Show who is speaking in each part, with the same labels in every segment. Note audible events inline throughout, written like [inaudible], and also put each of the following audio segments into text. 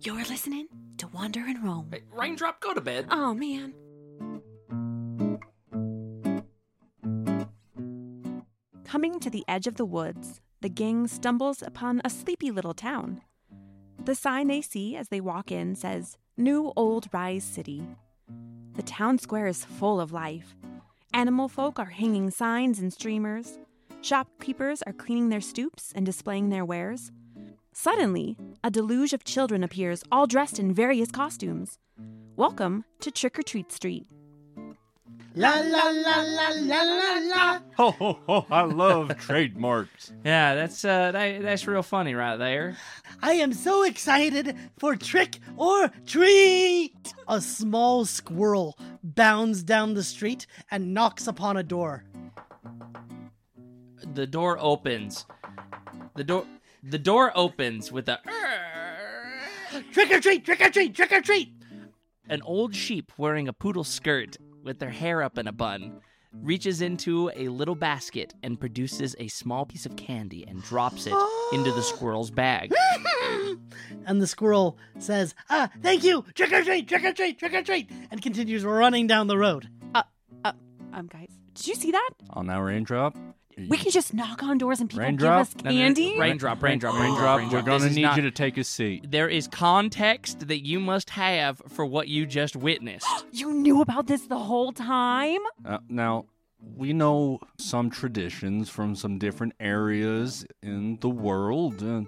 Speaker 1: You're listening to Wander and Roam.
Speaker 2: Hey, Raindrop, go to bed.
Speaker 1: Oh, man.
Speaker 3: Coming to the edge of the woods, the gang stumbles upon a sleepy little town. The sign they see as they walk in says, New Old Rise City. The town square is full of life. Animal folk are hanging signs and streamers. Shopkeepers are cleaning their stoops and displaying their wares. Suddenly, a deluge of children appears, all dressed in various costumes. Welcome to Trick or Treat Street.
Speaker 4: La la la la la la la.
Speaker 5: Ho ho ho! I love trademarks.
Speaker 2: Yeah, that's uh, that, that's real funny right there.
Speaker 4: I am so excited for trick or treat. A small squirrel bounds down the street and knocks upon a door.
Speaker 2: The door opens. The door the door opens with a [laughs]
Speaker 4: Trick or treat, trick or treat, trick or treat. [laughs]
Speaker 2: an old sheep wearing a poodle skirt with their hair up in a bun reaches into a little basket and produces a small piece of candy and drops it into the
Speaker 6: [gasps]
Speaker 2: squirrel's bag.
Speaker 4: And the squirrel says, "Ah, thank you. Trick or treat, trick or treat, trick or treat," and continues running down the road.
Speaker 3: Um, guys, did you see that?
Speaker 5: On our raindrop.
Speaker 3: We can just knock on doors and people
Speaker 5: Raindrop?
Speaker 3: give us
Speaker 2: No, no, no,
Speaker 3: candy.
Speaker 2: Raindrop, raindrop, raindrop,
Speaker 5: Raindrop, we're gonna
Speaker 2: This is
Speaker 5: need
Speaker 2: not-
Speaker 5: you to take a seat.
Speaker 2: There is context that you must have for what you just witnessed.
Speaker 3: You knew about this the whole time?
Speaker 5: Uh, now, we know some traditions from some different areas in the world. Uh,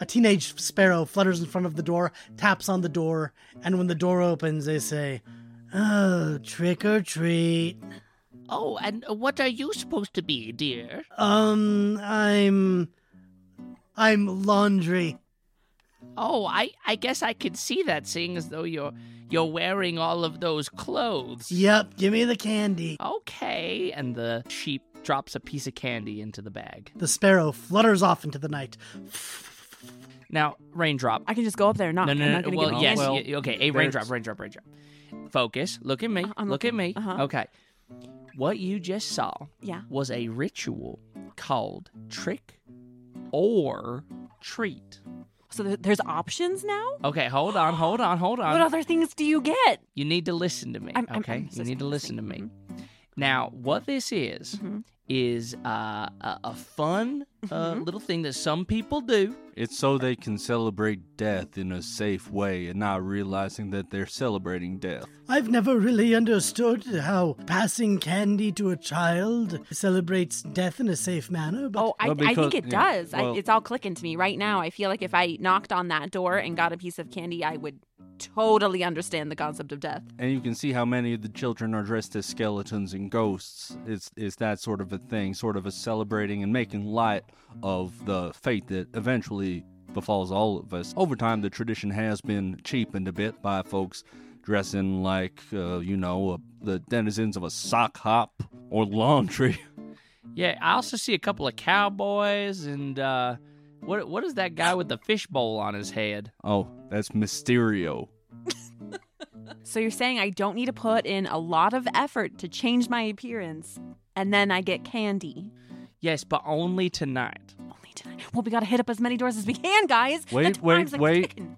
Speaker 4: A teenage sparrow flutters in front of the door, taps on the door, and when the door opens, they say, "Oh, trick or treat."
Speaker 6: Oh, and what are you supposed to be, dear?
Speaker 4: Um, I'm, I'm laundry.
Speaker 6: Oh, I, I guess I could see that seeing as though you're you're wearing all of those clothes.
Speaker 4: Yep, give me the candy.
Speaker 2: Okay, and the sheep drops a piece of candy into the bag.
Speaker 4: The sparrow flutters off into the night.
Speaker 2: Now, raindrop.
Speaker 3: I can just go up there and knock.
Speaker 2: No, no,
Speaker 3: I'm
Speaker 2: no.
Speaker 3: not gonna give
Speaker 2: well,
Speaker 3: you
Speaker 2: yes.
Speaker 3: candy.
Speaker 5: Well,
Speaker 2: y- okay, a
Speaker 5: there's-
Speaker 2: raindrop, raindrop, raindrop. Focus. Look at me.
Speaker 3: Uh, I'm
Speaker 2: look at me.
Speaker 3: looking. Uh-huh.
Speaker 2: Okay. What you just saw
Speaker 3: Yeah.
Speaker 2: was a ritual called trick or treat.
Speaker 3: So there- there's options now?
Speaker 2: Okay, hold on, hold on, hold on.
Speaker 3: What other things do you get?
Speaker 2: You need to listen to me.
Speaker 3: I'm- I'm-
Speaker 2: okay,
Speaker 3: I'm
Speaker 2: you need to listen to me.
Speaker 3: listening. mm-hmm.
Speaker 2: Now, what this is
Speaker 3: Mhm.
Speaker 2: is uh, a, a fun uh,
Speaker 3: Mhm.
Speaker 2: little thing that some people do.
Speaker 5: it's so they can celebrate death in a safe way and not realizing that they're celebrating death.
Speaker 4: I've never really understood how passing candy to a child celebrates death in a safe manner, but
Speaker 3: Oh, I,
Speaker 5: Well,
Speaker 3: I think
Speaker 5: because-
Speaker 3: it
Speaker 5: yeah,
Speaker 3: does.
Speaker 5: well-
Speaker 3: I, it's all clicking to me right now. I feel like if I knocked on that door and got a piece of candy, I would totally understand the concept of death.
Speaker 5: And you can see how many of the children are dressed as skeletons and ghosts. It's, it's that sort of a thing, sort of a celebrating and making light of the fate that eventually befalls all of us. Over time, the tradition has been cheapened a bit by folks dressing like, uh, you know, a, the denizens of a sock hop or laundry. [laughs]
Speaker 2: Yeah, I also see a couple of cowboys and uh, what what is that guy with the fishbowl on his head?
Speaker 5: Oh, that's Mysterio.
Speaker 3: [laughs] So you're saying I don't need to put in a lot of effort to change my appearance, and then I get candy.
Speaker 2: Yes, but only tonight.
Speaker 3: Only tonight. Well, we gotta hit up as many doors as we can, guys. The
Speaker 5: Wait, wait,
Speaker 3: time's, like,
Speaker 5: wait.
Speaker 3: ticking.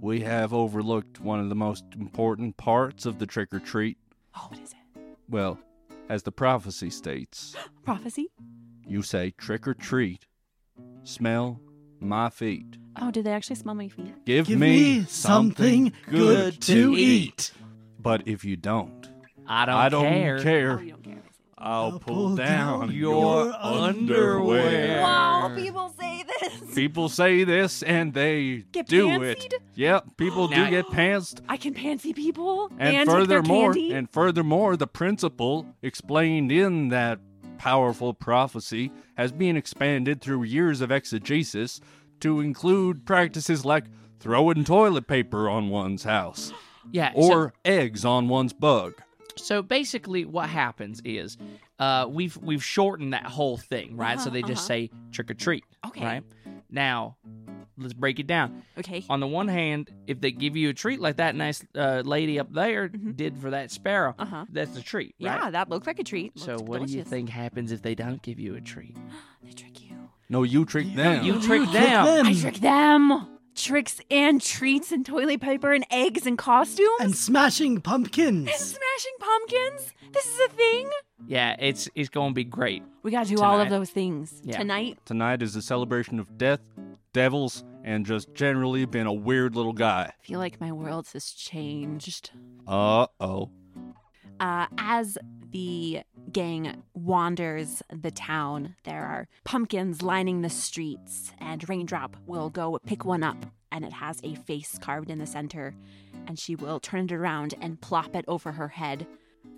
Speaker 5: We have overlooked one of the most important parts of the trick or treat.
Speaker 3: Oh, what is it?
Speaker 5: Well, as the prophecy states,
Speaker 3: Prophecy?
Speaker 5: you say trick or treat, smell my feet.
Speaker 3: Oh, did they actually smell my feet?
Speaker 5: Give,
Speaker 4: give me, something, good to eat.
Speaker 5: But if you don't,
Speaker 2: I don't,
Speaker 5: I don't
Speaker 2: care.
Speaker 5: care.
Speaker 3: Oh, you don't care.
Speaker 5: I'll
Speaker 4: I'll
Speaker 5: pull,
Speaker 4: pull
Speaker 5: down,
Speaker 4: down
Speaker 5: your,
Speaker 4: your
Speaker 5: underwear.
Speaker 2: underwear.
Speaker 3: Wow, people say this.
Speaker 5: People say this and they
Speaker 3: Get
Speaker 5: do
Speaker 3: pantsied?
Speaker 5: it. Yep, people do
Speaker 2: Now-
Speaker 5: get pantsed.
Speaker 3: I can fancy people
Speaker 5: And,
Speaker 3: take their
Speaker 5: furthermore,
Speaker 3: candy.
Speaker 5: and furthermore, the principle explained in that powerful prophecy has been expanded through years of exegesis to include practices like throwing toilet paper on one's house
Speaker 2: Yeah, so-
Speaker 5: or eggs on one's bug.
Speaker 2: So basically, what happens is uh, we've we've shortened that whole thing, right? so
Speaker 3: Uh-huh,
Speaker 2: they just
Speaker 3: uh-huh.
Speaker 2: say trick or treat.
Speaker 3: Okay.
Speaker 2: Right. Now, let's break it down.
Speaker 3: okay.
Speaker 2: On the one hand, if they give you a treat like that nice uh, lady up there
Speaker 3: Mhm.
Speaker 2: did for that sparrow,
Speaker 3: Uh-huh.
Speaker 2: that's a treat, right?
Speaker 3: Yeah, that looked like a treat.
Speaker 2: So
Speaker 3: Looked
Speaker 2: what do you
Speaker 3: delicious.
Speaker 2: think happens if they don't give you a treat?
Speaker 3: They trick you.
Speaker 5: No, you trick them.
Speaker 2: You
Speaker 4: You
Speaker 2: trick
Speaker 4: trick
Speaker 2: them.
Speaker 4: them.
Speaker 3: I trick them. tricks and treats and toilet paper and eggs and costumes
Speaker 4: and smashing pumpkins.
Speaker 3: smashing pumpkins. This is a thing.
Speaker 2: Yeah, it's it's gonna be great.
Speaker 3: We got to do all of
Speaker 2: Tonight.
Speaker 3: those things
Speaker 2: Yeah.
Speaker 3: tonight.
Speaker 5: Tonight is a celebration of death, devils, and just generally being a weird little guy.
Speaker 3: I feel like my world has changed.
Speaker 5: Uh oh.
Speaker 3: Uh, as the gang wanders the town, there are pumpkins lining the streets, and Raindrop will go pick one up, and it has a face carved in the center, and she will turn it around and plop it over her head.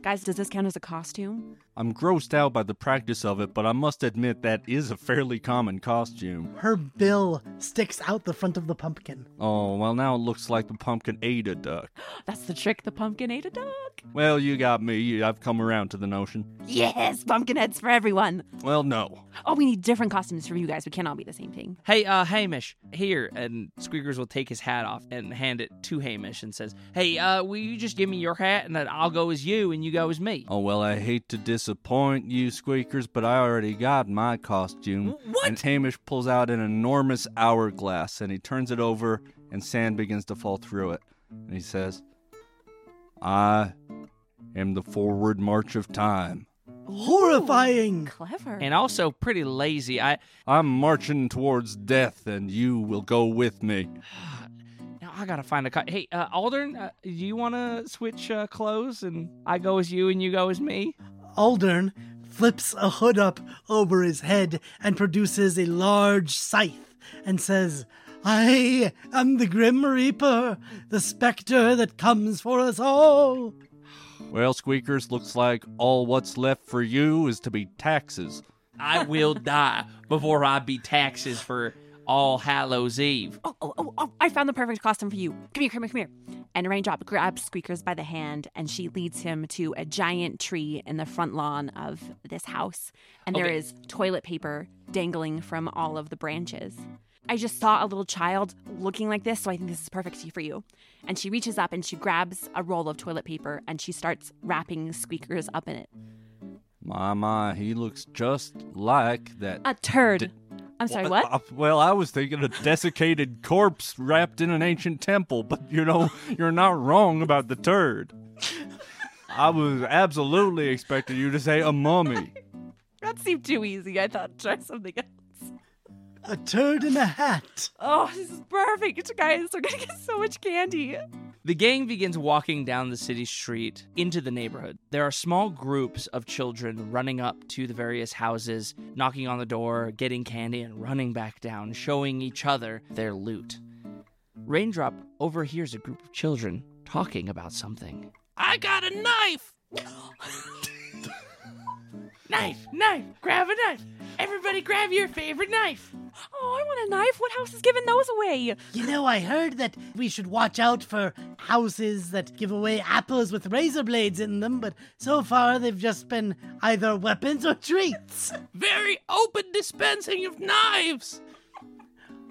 Speaker 3: Guys, does this count as a costume? [gasps]
Speaker 5: I'm grossed out by the practice of it, but I must admit that is a fairly common costume.
Speaker 4: Her bill sticks out the front of the pumpkin.
Speaker 5: Oh, well, now it looks like the pumpkin ate a duck.
Speaker 3: That's the trick. The pumpkin ate a dog.
Speaker 5: Well, you got me. I've come around to the notion.
Speaker 3: Yes, pumpkin heads for everyone.
Speaker 5: Well, no.
Speaker 3: Oh, we need different costumes for you guys. We can't all be the same thing.
Speaker 2: Hey, uh, Hamish, here. And Squeakers will take his hat off and hand it to Hamish and says, Hey, uh, will you just give me your hat and then I'll go as you and you go as me?
Speaker 5: Oh, well, I hate to disappoint you, Squeakers, but I already got my costume.
Speaker 2: What?
Speaker 5: And Hamish pulls out an enormous hourglass and he turns it over, and sand begins to fall through it. And he says, I am the forward march of time.
Speaker 4: Horrifying.
Speaker 3: Clever.
Speaker 2: And also pretty lazy. I
Speaker 5: I'm marching towards death, and you will go with me.
Speaker 2: now I gotta find a co- hey uh, Aldern, uh, do you want to switch uh, clothes and I go as you and you go as me?
Speaker 4: Aldern flips a hood up over his head and produces a large scythe and says, I am the Grim Reaper, the specter that comes for us all.
Speaker 5: Well, Squeakers, looks like all what's left for you is to be taxes.
Speaker 2: I will die before I be taxes for All Hallows Eve.
Speaker 3: oh, oh, oh, oh, I found the perfect costume for you. Come here, come here, come here. And Raindrop grabs Squeakers by the hand and she leads him to a giant tree in the front lawn of this house. And there
Speaker 2: Okay.
Speaker 3: is toilet paper dangling from all of the branches. I just saw a little child looking like this, so I think this is perfect for you. And she reaches up and she grabs a roll of toilet paper and she starts wrapping Squeakers up in it.
Speaker 5: My, my, he looks just like that.
Speaker 3: A turd. I'm sorry, what?
Speaker 5: Uh, well, I was thinking a desiccated corpse wrapped in an ancient temple, [laughs] but you know, you're not wrong about the turd. I was absolutely expecting you to say a mummy.
Speaker 3: That seemed too easy. I thought try something else.
Speaker 4: A turd in a hat.
Speaker 3: Oh, this is perfect, guys. We're gonna get so much candy.
Speaker 2: The gang begins walking down the city street into the neighborhood. There are small groups of children running up to the various houses, knocking on the door, getting candy, and running back down, showing each other their loot. Raindrop overhears a group of children talking about something.
Speaker 6: I got a knife.
Speaker 2: [laughs]
Speaker 6: knife, knife, grab a knife. Everybody grab your favorite knife.
Speaker 3: Oh, I want a knife. What house is giving those away?
Speaker 4: You know, I heard that we should watch out for houses that give away apples with razor blades in them, but so far they've just been either weapons or treats.
Speaker 6: Very open dispensing of knives.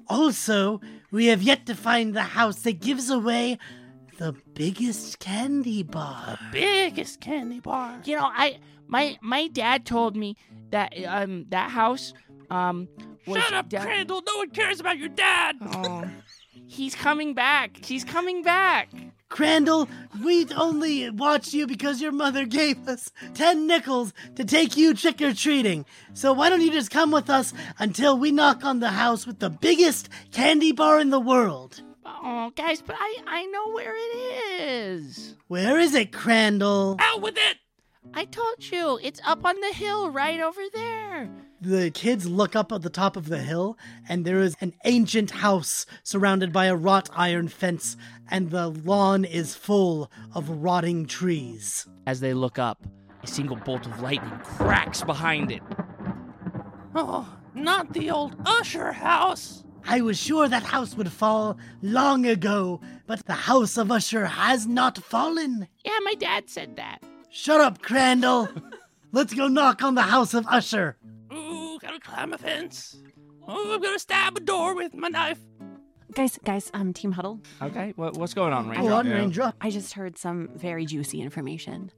Speaker 4: Also, we have yet to find the house that gives away the biggest candy bar.
Speaker 6: biggest candy bar. You know, I my my dad told me that um that house um was Shut up, Crandall. No one cares about your dad. [laughs] Oh. He's coming back. He's coming back.
Speaker 4: Crandall, we only watched you because your mother gave us 10 nickels to take you trick or treating. So why don't you just come with us until we knock on the house with the biggest candy bar in the world?
Speaker 6: Oh, guys, but I I know where it is.
Speaker 4: Where is it, Crandall?
Speaker 6: Out with it. I told you, it's up on the hill right over there.
Speaker 4: The kids look up at the top of the hill, and there is an ancient house surrounded by a wrought iron fence, and the lawn is full of rotting trees.
Speaker 2: As they look up, a single bolt of lightning cracks behind it.
Speaker 6: Oh, not the old Usher house.
Speaker 4: I was sure that house would fall long ago, but the house of Usher has not fallen.
Speaker 6: Yeah, my dad said that.
Speaker 4: Shut
Speaker 6: [laughs]
Speaker 4: up, Crandall. Let's go knock on the house of Usher.
Speaker 6: Ooh, gotta climb a fence. Oh, I'm gonna stab a door with my knife.
Speaker 3: Guys, guys, um, team huddle.
Speaker 2: Okay, what, what's going on,
Speaker 4: Go
Speaker 2: Raindrop?
Speaker 4: on, Raindrop.
Speaker 3: I just heard some very juicy information,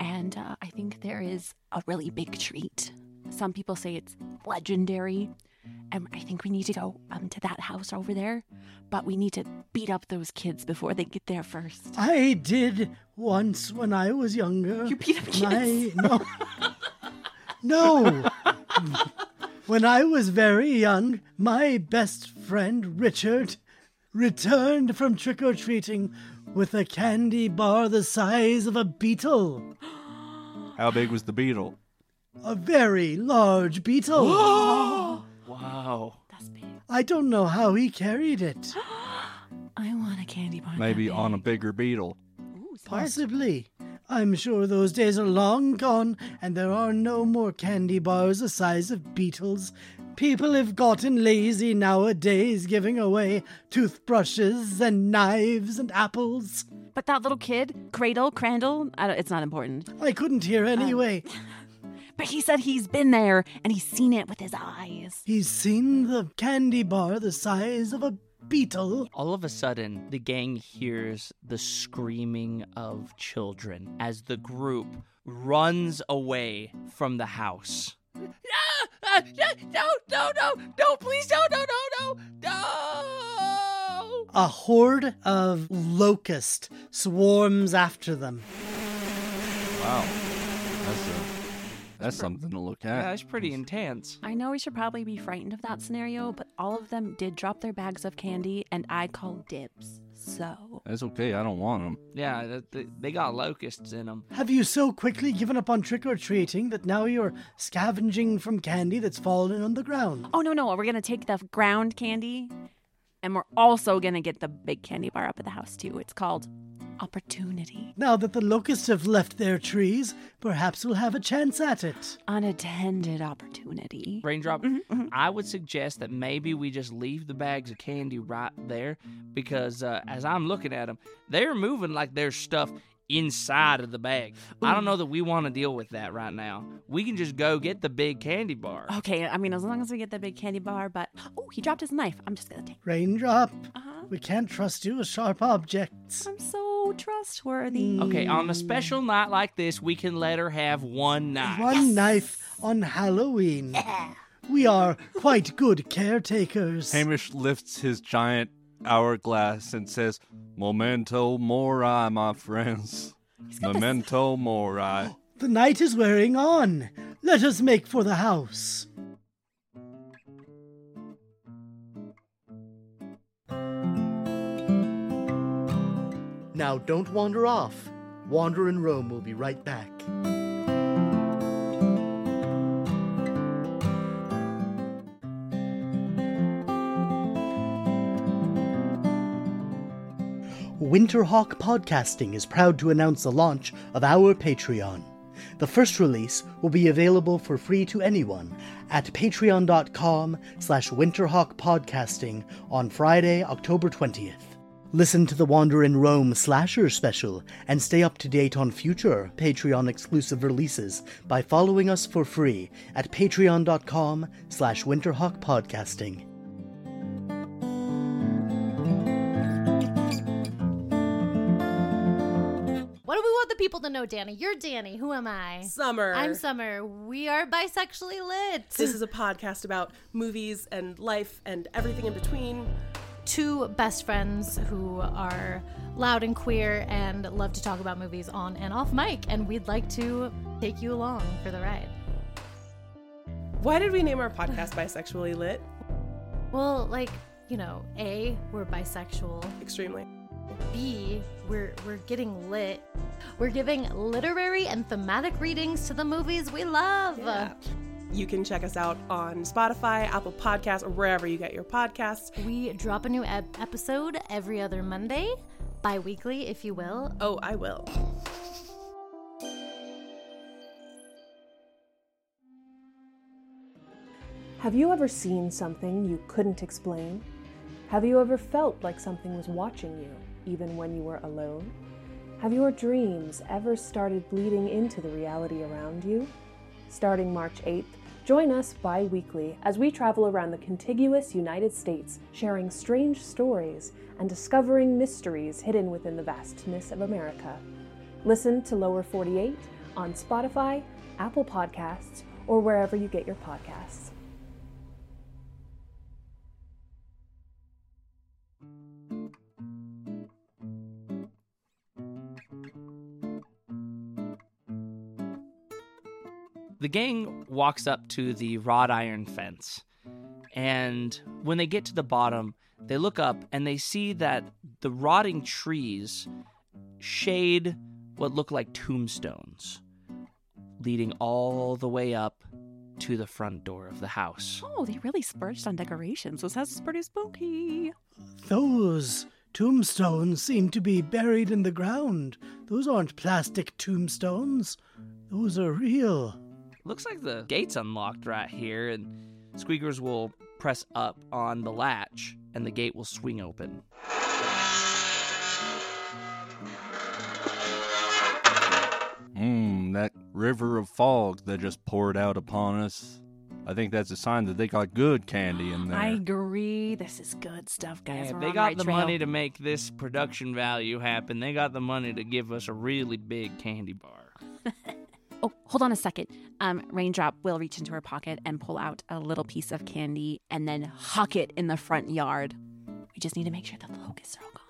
Speaker 3: and uh, I think there is a really big treat. Some people say it's legendary, and I think we need to go um, to that house over there, but we need to beat up those kids before they get there first.
Speaker 4: I did once when I was younger.
Speaker 3: You beat up kids?
Speaker 4: My, [laughs] no. no. when I was very young, my best friend Richard returned from trick or treating with a candy bar the size of a beetle.
Speaker 5: How big was the beetle?
Speaker 4: A very
Speaker 3: [gasps]
Speaker 4: large beetle.
Speaker 2: Wow.
Speaker 3: That's big.
Speaker 4: I don't know how he carried it.
Speaker 3: I want a candy bar. that
Speaker 5: Maybe
Speaker 3: big.
Speaker 5: on a bigger beetle.
Speaker 3: Ooh, smart.
Speaker 4: Possibly. I'm sure those days are long gone, and there are no more candy bars the size of beetles. People have gotten lazy nowadays, giving away toothbrushes and knives and apples.
Speaker 3: But that little kid, Cradle, Crandall, I don't, it's not important.
Speaker 4: I couldn't hear anyway.
Speaker 3: But he said he's been there and he's seen it with his eyes.
Speaker 4: He's seen the candy bar the size of a beetle.
Speaker 2: All of a sudden, the gang hears the screaming of children as the group runs away from the house.
Speaker 6: Ah, ah, no, no, no, no, please, no, no, no, no, no.
Speaker 4: A horde of locusts swarms after them.
Speaker 5: Wow. That's, a, that's something to look
Speaker 2: Yeah,
Speaker 5: at.
Speaker 2: it's Uh, pretty intense.
Speaker 3: I know we should probably be frightened of that scenario, but all of them did drop their bags of candy and I called dibs. So,
Speaker 5: That's okay. I don't want them.
Speaker 2: Yeah, that- they- they got locusts in them.
Speaker 4: Have you so quickly given up on trick or treating that now you're scavenging from candy that's fallen on the ground?
Speaker 3: oh no, no, we're going to take the ground candy and we're also going to get the big candy bar up at the house too. It's called Opportunity.
Speaker 4: Now that the locusts have left their trees, perhaps we'll have a chance at it.
Speaker 3: Unattended opportunity.
Speaker 2: Raindrop, I would suggest that maybe we just leave the bags of candy right there because uh, as I'm looking at them, they're moving like there's stuff inside of the bag. I don't know that we want to deal with that right now. We can just go get the big candy bar.
Speaker 3: Okay, I mean, as long as we get the big candy bar, but oh, he dropped his knife. I'm just going to take
Speaker 4: Raindrop,
Speaker 3: Uh-huh.
Speaker 4: we can't trust you with sharp objects.
Speaker 3: I'm so trustworthy.
Speaker 2: Okay, on a special night like this, we can let her have one night.
Speaker 4: One knife on Halloween. We are quite good caretakers.
Speaker 5: Hamish lifts his giant hourglass and says, Memento mori, my friends. Memento mori.
Speaker 4: The night is wearing on. Let us make for the house. Now don't wander off. Wander in Rome will be right back. Winterhawk Podcasting is proud to announce the launch of our Patreon. The first release will be available for free to anyone at patreon.com slash winterhawkpodcasting on Friday, October 20th. Listen to the Wander in Rome Slasher special and stay up to date on future Patreon exclusive releases by following us for free at patreon.com slash winterhawkpodcasting.
Speaker 7: What do we want the people to know, Danny? You're Danny. Who am I?
Speaker 8: Summer.
Speaker 7: I'm Summer. We are bisexually lit.
Speaker 8: This is a podcast about movies and life and everything in between.
Speaker 7: two best friends who are loud and queer and love to talk about movies on and off mic, and we'd like to take you along for the ride.
Speaker 8: Why did we name our podcast Bisexually Lit?
Speaker 7: Well, like, you know, A, we're bisexual.
Speaker 8: Extremely.
Speaker 7: B, we're we're getting lit. We're giving literary and thematic readings to the movies we love.
Speaker 8: You can check us out on Spotify, Apple Podcasts, or wherever you get your podcasts.
Speaker 7: We drop a new ep- episode every other Monday, bi weekly, if you will.
Speaker 8: Oh, I will.
Speaker 9: Have you ever seen something you couldn't explain? Have you ever felt like something was watching you, even when you were alone? Have your dreams ever started bleeding into the reality around you? Starting March 8th, join us bi weekly as we travel around the contiguous United States, sharing strange stories and discovering mysteries hidden within the vastness of America. Listen to Lower 48 on Spotify, Apple Podcasts, or wherever you get your podcasts.
Speaker 2: The gang walks up to the wrought iron fence, and when they get to the bottom, they look up and they see that the rotting trees shade what look like tombstones, leading all the way up to the front door of the house.
Speaker 3: Oh, they really splurged on decorations. This house is pretty spooky.
Speaker 4: Those tombstones seem to be buried in the ground. Those aren't plastic tombstones. Those are real.
Speaker 2: Looks like the gate's unlocked right here, and Squeakers will press up on the latch, and the gate will swing open.
Speaker 5: Mmm, that river of fog that just poured out upon us. I think that's a sign that they got good candy in there.
Speaker 3: I agree. This is good stuff, guys.
Speaker 2: Hey,
Speaker 3: We're
Speaker 2: they
Speaker 3: on
Speaker 2: got
Speaker 3: right
Speaker 2: the
Speaker 3: trail.
Speaker 2: money to make this production value happen. They got the money to give us a really big candy bar.
Speaker 3: Oh, hold on a second. Um, Raindrop will reach into her pocket and pull out a little piece of candy and then huck it in the front yard. We just need to make sure the locusts are all gone.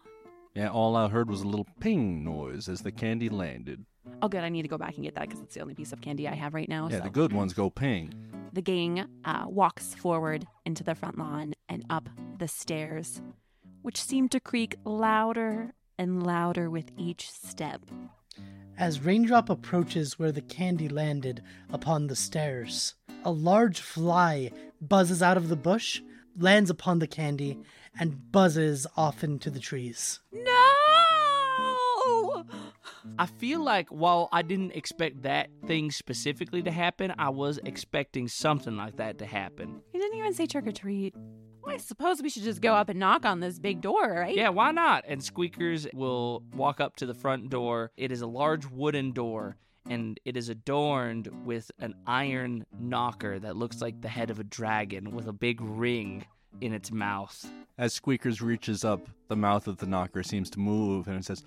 Speaker 5: Yeah, all I heard was a little ping noise as the candy landed.
Speaker 3: Oh, good. I need to go back and get that because it's the only piece of candy I have right now.
Speaker 5: yeah,
Speaker 3: so.
Speaker 5: the good ones go ping.
Speaker 3: The gang uh, walks forward into the front lawn and up the stairs, which seem to creak louder and louder with each step.
Speaker 4: As Raindrop approaches where the candy landed upon the stairs, a large fly buzzes out of the bush, lands upon the candy, and buzzes off into the trees.
Speaker 2: No! I feel like while I didn't expect that thing specifically to happen, I was expecting something like that to happen.
Speaker 3: He didn't even say trick or treat. Well, I suppose we should just go up and knock on this big door, right?
Speaker 2: Yeah, why not? And Squeakers will walk up to the front door. It is a large wooden door, and it is adorned with an iron knocker that looks like the head of a dragon with a big ring in its mouth.
Speaker 5: As Squeakers reaches up, the mouth of the knocker seems to move and it says,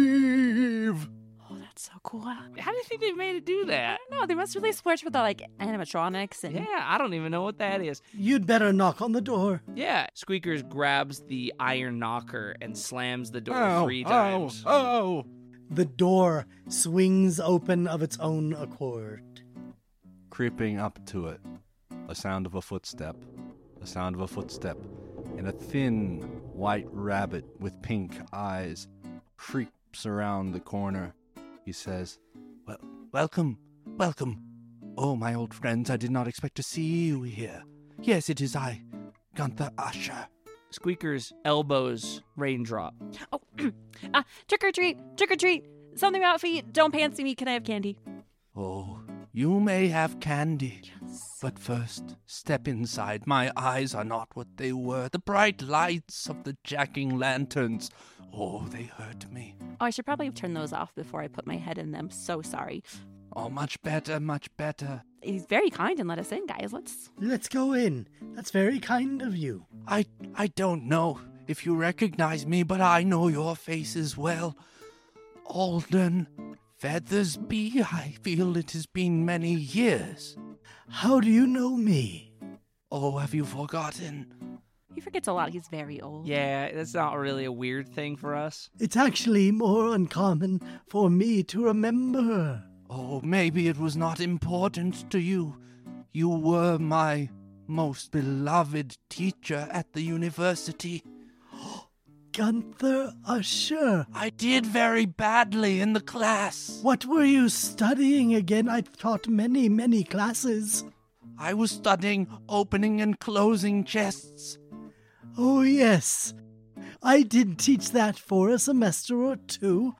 Speaker 5: Leave!
Speaker 3: Oh, that's so cool. I
Speaker 2: How do you think they made it do that?
Speaker 3: don't know. They must really splurge with the like animatronics and
Speaker 2: Yeah, I don't even know what that is.
Speaker 4: You'd better knock on the door.
Speaker 2: Yeah, Squeakers grabs the iron knocker and slams the door three
Speaker 5: Ow,
Speaker 2: times.
Speaker 5: Ow, ow.
Speaker 4: The door swings open of its own accord.
Speaker 5: Creeping up to it, a sound of a footstep, a sound of a footstep, and a thin white rabbit with pink eyes creeps around the corner. He says, well, Welcome, welcome. Oh, my old friends, I did not expect to see you here. Yes, it is I, Gunther Asher.
Speaker 2: Squeakers elbows Raindrop.
Speaker 3: oh, [clears throat] ah, trick or treat, trick or treat. Something about feet. Don't fancy me. Can I have candy?
Speaker 5: Oh, you may have candy. But first, step inside. My eyes are not what they were. The bright lights of the jacking lanterns. Oh, they hurt me.
Speaker 3: Oh, I should probably have turned those off before I put my head in them. So sorry.
Speaker 5: Oh, much better, much better.
Speaker 3: He's very kind and let us in, guys. Let's.
Speaker 4: Let's go in. That's very kind of you.
Speaker 5: I I don't know if you recognize me, but I know your faces well. Alden Feathersby, I feel it has been many years.
Speaker 4: How do you know me?
Speaker 5: Oh, have you forgotten?
Speaker 3: He forgets a lot. He's very old.
Speaker 2: Yeah, that's not really a weird thing for us.
Speaker 4: It's actually more uncommon for me to remember.
Speaker 5: Oh, maybe it was not important to you. You were my most beloved teacher at the university.
Speaker 4: Gunther Usher.
Speaker 5: I did very badly in the class.
Speaker 4: What were you studying again? I've taught many, many classes.
Speaker 5: I was studying opening and closing chests.
Speaker 4: Oh, yes. I did teach that for a semester or two.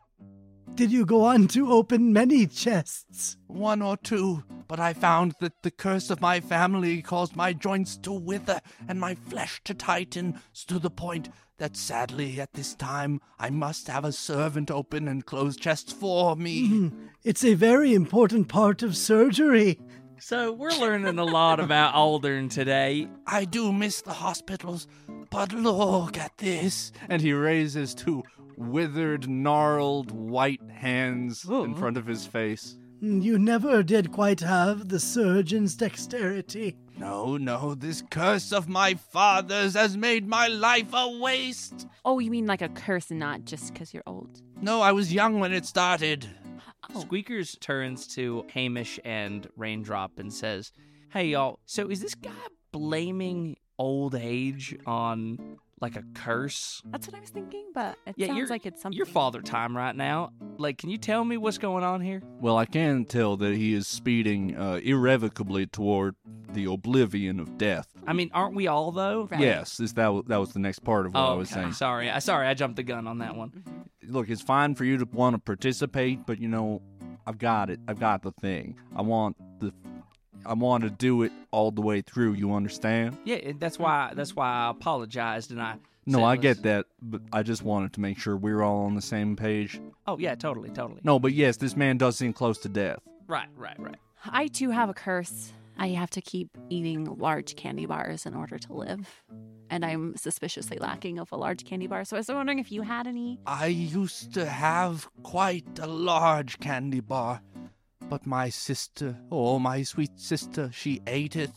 Speaker 4: Did you go on to open many chests?
Speaker 5: One or two, but I found that the curse of my family caused my joints to wither and my flesh to tighten s- to the point that sadly at this time I must have a servant open and close chests for me.
Speaker 4: It's a very important part of surgery.
Speaker 2: So we're learning a lot about Aldern today.
Speaker 5: I do miss the hospitals, but look at this. And he raises two withered, gnarled, white hands in front of his face.
Speaker 4: Mm, You never did quite have the surgeon's dexterity.
Speaker 5: No, no, this curse of my father's has made my life a waste.
Speaker 3: Oh, you mean like a curse and not just because you're old?
Speaker 5: No, I was young when it started.
Speaker 3: Oh.
Speaker 2: Squeakers turns to Hamish and Raindrop and says, Hey, y'all, so is this guy blaming old age on like a curse?
Speaker 3: That's what I was thinking, but it
Speaker 2: Yeah, you're-
Speaker 3: sounds like it's something.
Speaker 2: Your father time right now. Like, can you tell me what's going on here?
Speaker 5: Well, I can tell that he is speeding uh, irrevocably toward the oblivion of death.
Speaker 2: I mean, aren't we all though?
Speaker 3: Right.
Speaker 5: Yes, is that that was the next part of what
Speaker 2: Oh,
Speaker 5: I was
Speaker 2: okay.
Speaker 5: saying.
Speaker 2: sorry. I sorry, I jumped the gun on that one.
Speaker 5: Look, it's fine for you to want to participate, but you know, I've got it. I've got the thing. I want the I want to do it all the way through, you understand?
Speaker 2: Yeah, it- that's why that's why I apologized and I.
Speaker 5: No,
Speaker 2: said,
Speaker 5: I get
Speaker 2: "Let's-"
Speaker 5: that, but I just wanted to make sure we were all on the same page.
Speaker 2: Oh yeah, totally, totally.
Speaker 5: No, but yes, this man does seem close to death.
Speaker 2: Right, right, right.
Speaker 1: I too have a curse. I have to keep eating large candy bars in order to live. And I'm suspiciously lacking of a large candy bar. So I was wondering if you had any.
Speaker 5: I used to have quite a large candy bar, but my sister, oh, my sweet sister, she ate it.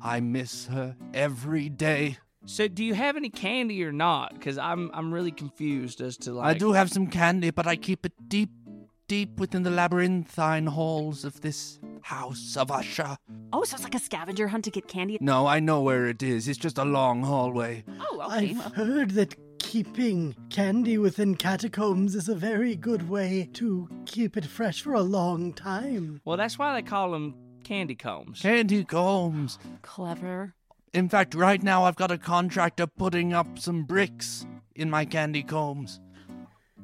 Speaker 5: I miss her every day.
Speaker 2: So, do you have any candy or not? Because I'm I'm really confused as to
Speaker 5: I
Speaker 2: like.
Speaker 5: do have some candy, but I keep it deep, deep within the labyrinthine halls of this house of Usher.
Speaker 1: Oh, so it's like a scavenger hunt to get candy.
Speaker 5: No, I know where it is. It's just a long hallway.
Speaker 1: Oh, okay.
Speaker 4: I've
Speaker 1: well,
Speaker 4: heard that keeping candy within catacombs is a very good way to keep it fresh for a long time.
Speaker 2: Well, that's why they call them candy combs.
Speaker 5: Candy combs.
Speaker 1: clever.
Speaker 5: In fact, right now I've got a contractor putting up some bricks in my candy combs.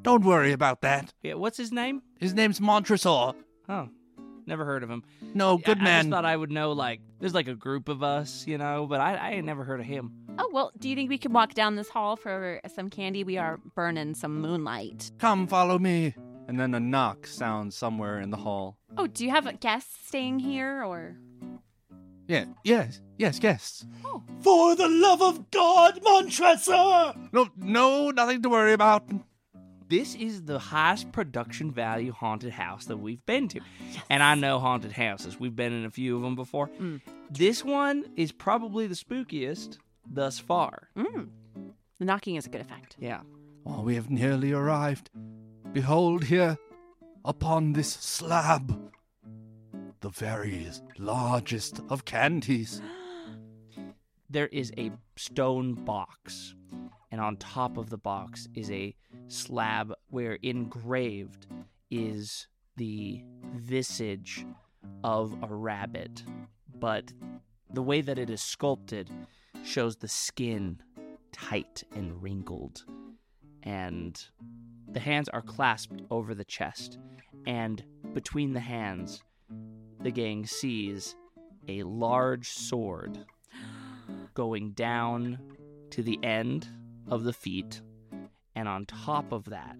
Speaker 5: Don't worry about that.
Speaker 2: Yeah, what's his name?
Speaker 5: His name's Montresor.
Speaker 2: Oh, never heard of him.
Speaker 5: No, Oh, good
Speaker 2: I, I just
Speaker 5: man.
Speaker 2: thought I would know. Like, there's like a group of us, you know, but I, I ain't never heard of him.
Speaker 1: Oh, well, do you think we can walk down this hall for some candy? We are burning some moonlight.
Speaker 5: Come, follow me. And then a knock sounds somewhere in the hall.
Speaker 1: Oh, do you have guests staying here or.
Speaker 5: Yeah, yes, yes, yes.
Speaker 4: For the love of God, Montressor!
Speaker 5: No, no, nothing to worry about.
Speaker 2: This is the highest production value haunted house that we've been to, and I know haunted houses. We've been in a few of them before. This one is probably the spookiest thus far.
Speaker 1: Mm. The knocking is a good effect.
Speaker 2: Yeah.
Speaker 5: Oh, we have nearly arrived. Behold here, upon this slab, the very largest of candies.
Speaker 2: there is a stone box, and on top of the box is a slab where engraved is the visage of a rabbit. But the way that it is sculpted shows the skin tight and wrinkled, and the hands are clasped over the chest, and between the hands, the gang sees a large sword going down to the end of the feet, and on top of that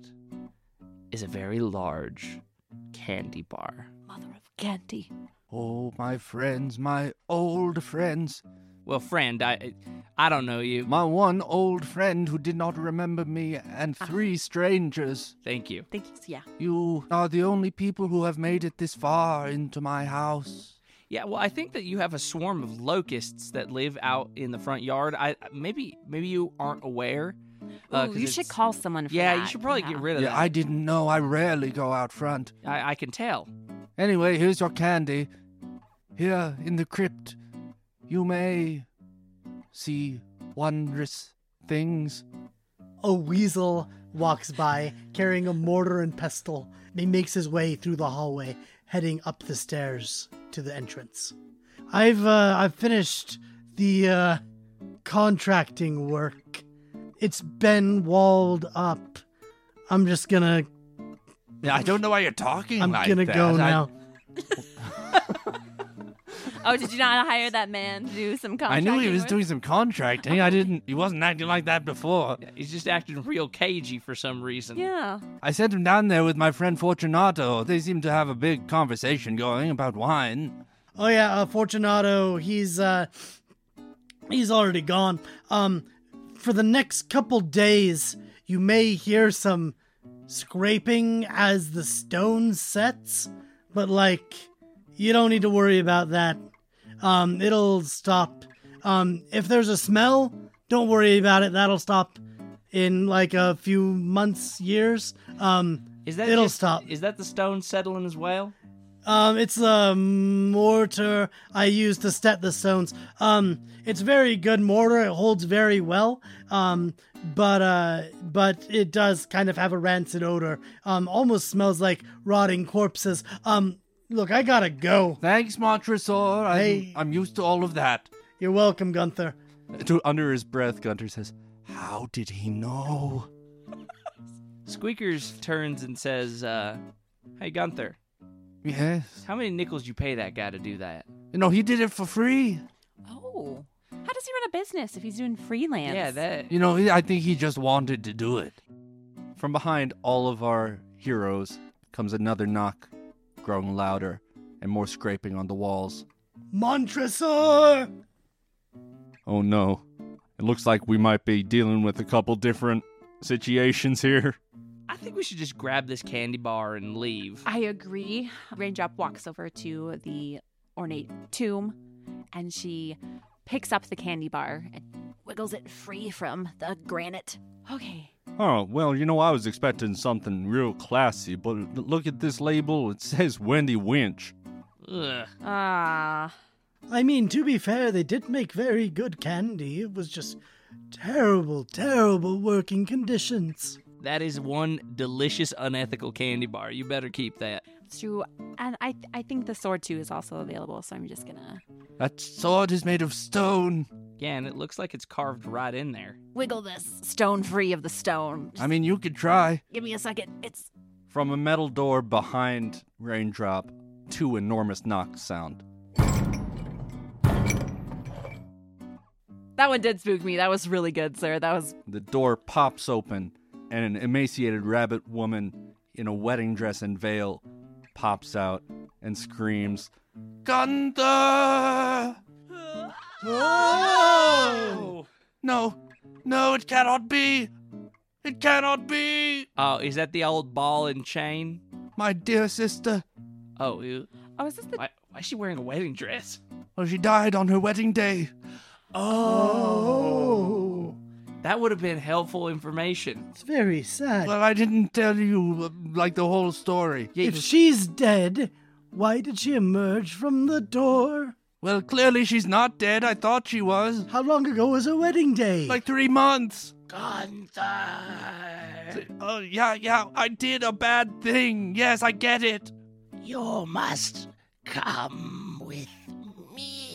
Speaker 2: is a very large candy bar.
Speaker 1: Mother of candy.
Speaker 5: Oh, my friends, my old friends.
Speaker 2: Well, friend, I I don't know you.
Speaker 5: My one old friend who did not remember me, and three strangers.
Speaker 2: Thank you.
Speaker 1: Thank you. Yeah.
Speaker 5: You are the only people who have made it this far into my house.
Speaker 2: Yeah, well, I think that you have a swarm of locusts that live out in the front yard. I maybe maybe you aren't aware.
Speaker 1: Ooh,
Speaker 2: Uh, 'cause
Speaker 1: you should
Speaker 2: it's-
Speaker 1: call someone for
Speaker 2: Yeah, you
Speaker 1: that.
Speaker 2: should probably
Speaker 1: Yeah.
Speaker 2: get rid of
Speaker 5: Yeah, I didn't know. I rarely go out front.
Speaker 2: that. I, I can tell.
Speaker 5: Anyway, here's your candy. Here in the crypt, you may see wondrous things.
Speaker 4: A weasel walks by carrying a mortar and pestle. He makes his way through the hallway, heading up the stairs to the entrance. I've uh, I've finished the uh, contracting work. It's been walled up. I'm just gonna
Speaker 5: I don't know why you're talking
Speaker 4: I'm gonna go now.
Speaker 1: Oh, did you not hire that man to do some
Speaker 5: I,
Speaker 1: contracting?
Speaker 5: knew he was
Speaker 1: with?
Speaker 5: doing some contracting. I didn't. He wasn't acting like that before.
Speaker 2: He's just acting real cagey for some reason.
Speaker 1: Yeah.
Speaker 5: I sent him down there with my friend Fortunato. They seem to have a big conversation going about wine.
Speaker 4: Oh yeah, uh, Fortunato. He's uh, he's already gone. Um, for the next couple days, you may hear some scraping as the stone sets, but like, you don't need to worry about that. Um, it'll stop. Um, if there's a smell, don't worry about it. That'll stop in like a few months, years. Um,
Speaker 2: Is that
Speaker 4: It'll
Speaker 2: just-
Speaker 4: stop.
Speaker 2: Is that the stone settling as well?
Speaker 4: Um, it's a mortar I use to set the stones. Um, it's very good mortar. It holds very well. Um, but uh, but it does kind of have a rancid odor. Um, almost smells like rotting corpses. Um, look, I gotta go.
Speaker 5: Thanks, Montresor. I'm,
Speaker 4: Hey.
Speaker 5: I'm used to all of that.
Speaker 4: You're welcome, Gunther.
Speaker 5: To, under his breath, Gunter says, How did he know?
Speaker 2: Squeakers turns and says, uh, "Hey Gunther,
Speaker 5: Yes.
Speaker 2: how many nickels you pay that guy to do that?"
Speaker 5: No, he did it for free.
Speaker 1: Oh, how does he run a business if he's doing freelance?
Speaker 2: Yeah, that.
Speaker 5: You know, I think he just wanted to do it. From behind all of our heroes comes another knock, growing louder and more scraping on the walls.
Speaker 4: Montresor!
Speaker 5: Oh no. It looks like we might be dealing with a couple different situations here.
Speaker 2: I think we should just grab this candy bar and leave.
Speaker 1: I agree. Raindrop walks over to the ornate tomb and she picks up the candy bar and wiggles it free from the granite. Okay.
Speaker 5: Oh, well, you know, I was expecting something real classy, but look at this label. It says Wendy Winch.
Speaker 2: Ugh.
Speaker 1: Ah.
Speaker 4: I mean, to be fair, they did make very good candy. It was just terrible, terrible working conditions.
Speaker 2: That is one delicious unethical candy bar. You better keep that.
Speaker 1: It's true. And I, I think the sword too is also available, so I'm just gonna
Speaker 5: That sword is made of stone.
Speaker 2: Yeah, and it looks like it's carved right in there.
Speaker 1: wiggle this stone free of the stone. Just
Speaker 5: I mean, you could try.
Speaker 1: give me a second. It's
Speaker 5: From a metal door behind Raindrop, two enormous knocks sound.
Speaker 1: that one did spook me. That was really good, sir. That was
Speaker 5: The door pops open, and an emaciated rabbit woman in a wedding dress and veil pops out and screams, Gunther!
Speaker 1: Oh.
Speaker 5: No! No, no, it cannot be! It cannot be!
Speaker 2: Oh, is that the old ball and chain?
Speaker 5: My dear sister,
Speaker 2: Oh, ew.
Speaker 1: Oh, is this the
Speaker 2: Why, why is she wearing a wedding dress?
Speaker 5: well, she died on her wedding day.
Speaker 4: Oh,
Speaker 2: That would have been helpful information.
Speaker 4: it's very sad.
Speaker 5: Well, I didn't tell you, uh, like, the whole story.
Speaker 2: Yeah,
Speaker 4: if
Speaker 2: you-
Speaker 4: she's dead, why did she emerge from the door?
Speaker 5: Well, clearly she's not dead. I thought she was.
Speaker 4: How long ago was her wedding day?
Speaker 5: like three months. Oh yeah, yeah. I did a bad thing. Yes, I get it.
Speaker 6: You must come with me.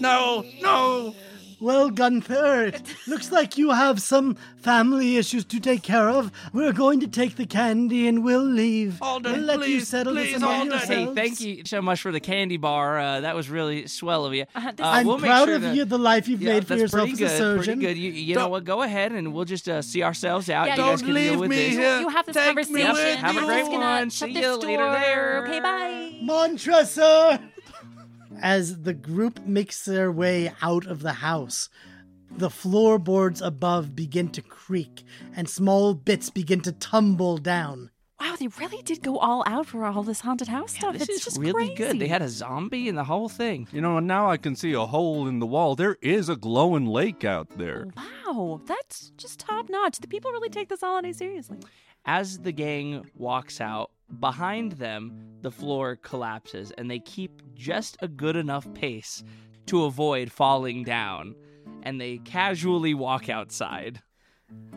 Speaker 5: No, no.
Speaker 4: well, Gunther, it looks like you have some family issues to take care of. We're going to take the candy and we'll leave.
Speaker 5: Alden,
Speaker 4: we'll let you
Speaker 5: please,
Speaker 4: settle
Speaker 5: please,
Speaker 4: this among
Speaker 5: Alden.
Speaker 4: yourselves.
Speaker 2: Hey, thank you so much for the candy bar. Uh, that was really swell of you. Uh,
Speaker 4: Uh-huh, I'm
Speaker 2: we'll make
Speaker 4: proud
Speaker 2: sure
Speaker 4: of
Speaker 2: to-
Speaker 4: you, the life you've
Speaker 2: Yeah,
Speaker 4: made for
Speaker 2: that's
Speaker 4: yourself
Speaker 2: pretty
Speaker 4: as a
Speaker 2: good,
Speaker 4: surgeon.
Speaker 2: Pretty good. You, you know
Speaker 5: Don't-
Speaker 2: what? Go ahead and we'll just uh, see ourselves out.
Speaker 1: Yeah,
Speaker 2: you guys
Speaker 5: Don't
Speaker 2: can deal
Speaker 5: leave
Speaker 2: with
Speaker 5: me
Speaker 2: this.
Speaker 5: here.
Speaker 1: you have this
Speaker 5: Take me
Speaker 1: conversation.
Speaker 5: with
Speaker 2: Have a
Speaker 1: I'm
Speaker 2: great
Speaker 1: just gonna
Speaker 2: one.
Speaker 1: Shut
Speaker 2: See
Speaker 1: this
Speaker 2: you
Speaker 1: door.
Speaker 2: later there.
Speaker 1: Okay, bye.
Speaker 4: Montresor! As the group makes their way out of the house, the floorboards above begin to creak and small bits begin to tumble down.
Speaker 1: Wow, they really did go all out for all this haunted house stuff.
Speaker 2: This
Speaker 1: it's
Speaker 2: is
Speaker 1: just
Speaker 2: really good. They
Speaker 1: crazy.
Speaker 2: had a zombie and the whole thing.
Speaker 5: You know, now I can see a hole in the wall. There is a glowing lake out there.
Speaker 1: Wow, that's just top notch. The people really take this holiday seriously.
Speaker 2: As the gang walks out, behind them, the floor collapses and they keep just a good enough pace to avoid falling down. And they casually walk outside.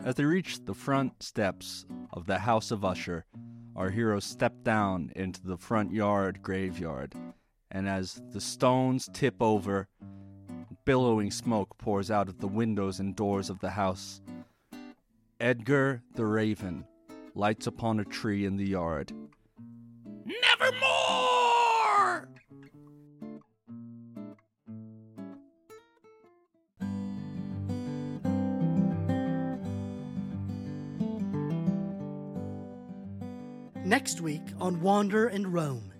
Speaker 5: As they reach the front steps of the House of Usher, our heroes step down into the front yard graveyard, and as the stones tip over, billowing smoke pours out of the windows and doors of the house. Edgar the Raven lights upon a tree in the yard. Nevermore!
Speaker 4: Next week on Wander and Roam.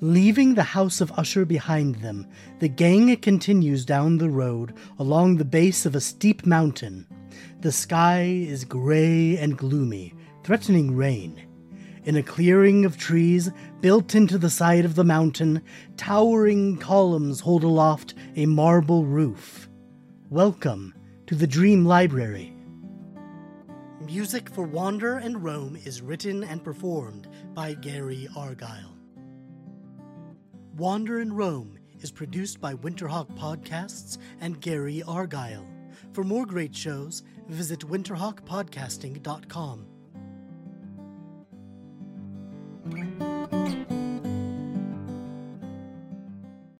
Speaker 4: Leaving the house of Usher behind them, the gang continues down the road along the base of a steep mountain. The sky is gray and gloomy, threatening rain. In a clearing of trees built into the side of the mountain, towering columns hold aloft a marble roof. Welcome to the Dream Library. Music for Wander and Roam is written and performed by Gary Argyle. Wander and Roam is produced by Winterhawk Podcasts and Gary Argyle. For more great shows, visit winterhawkpodcasting.com.